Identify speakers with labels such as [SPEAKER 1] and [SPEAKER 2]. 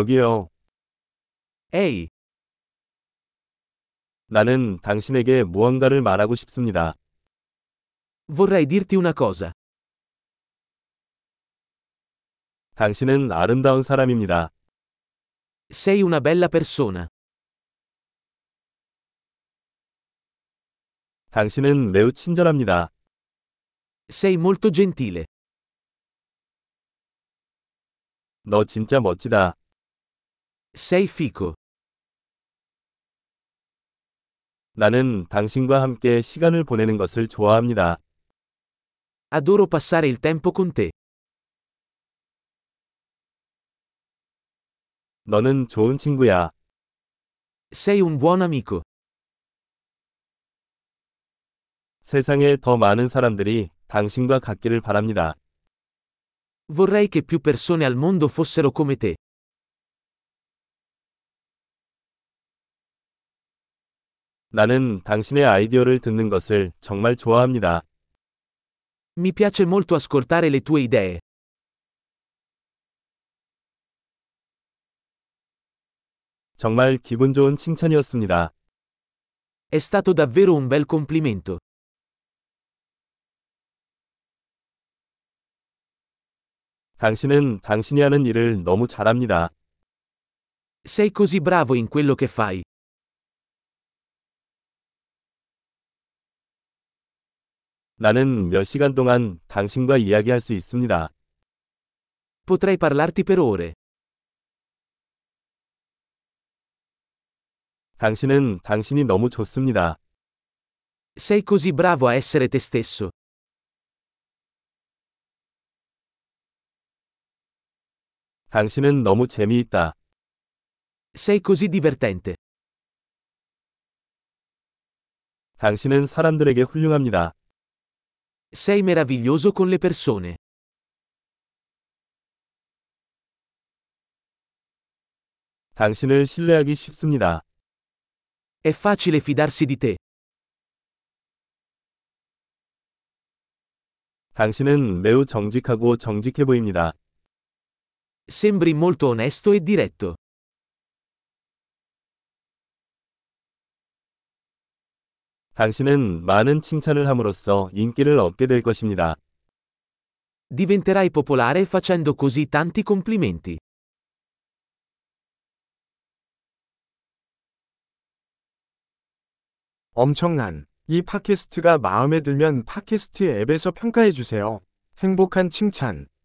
[SPEAKER 1] 여기요.
[SPEAKER 2] Ehi,
[SPEAKER 1] 나는 당신에게 무언가를 말하고 싶습니다.
[SPEAKER 2] vorrei dirti una cosa.
[SPEAKER 1] 당신은 아름다운 사람입니다.
[SPEAKER 2] Sei una bella persona.
[SPEAKER 1] 당신은 매우 친절합니다.
[SPEAKER 2] Sei molto gentile.
[SPEAKER 1] 너 진짜 멋지다.
[SPEAKER 2] Sei fico.
[SPEAKER 1] 나는 당신과 함께 시간을 보내는 것을 좋아합니다.
[SPEAKER 2] Adoro passare il tempo con te.
[SPEAKER 1] 너는 좋은 친구야.
[SPEAKER 2] Sei un buon amico.
[SPEAKER 1] 세상에 더 많은 사람들이 당신과 같기를 바랍니다.
[SPEAKER 2] Vorrei che più persone al mondo fossero come te.
[SPEAKER 1] 나는 당신의 아이디어를 듣는 것을 정말 좋아합니다.
[SPEAKER 2] Mi piace molto ascoltare le tue idee.
[SPEAKER 1] 정말 기분 좋은 칭찬이었습니다.
[SPEAKER 2] È stato davvero un bel complimento.
[SPEAKER 1] 당신은 당신이 하는 일을 너무 잘합니다.
[SPEAKER 2] Sei così bravo in quello che fai.
[SPEAKER 1] 나는 몇 시간 동안 당신과 이야기할 수 있습니다.
[SPEAKER 2] Potrei parlarti per ore.
[SPEAKER 1] 당신은 당신이 너무 좋습니다.
[SPEAKER 2] Sei così bravo a essere te stesso.
[SPEAKER 1] 당신은 너무 재미있다.
[SPEAKER 2] Sei così divertente.
[SPEAKER 1] 당신은 사람들에게 훌륭합니다.
[SPEAKER 2] Sei meraviglioso con le persone.
[SPEAKER 1] 당신을 신뢰하기 쉽습니다.
[SPEAKER 2] È facile fidarsi di te.
[SPEAKER 1] 당신은 매우 정직하고 정직해 보입니다.
[SPEAKER 2] Sembri molto onesto e diretto.
[SPEAKER 1] 당신은 많은 칭찬을 함으로써 인기를 얻게 될 것입니다.
[SPEAKER 2] Diventerai popolare facendo così tanti complimenti.
[SPEAKER 3] 엄청난. 이 팟캐스트가 마음에 들면 팟캐스트 앱에서 평가해 주세요. 행복한 칭찬.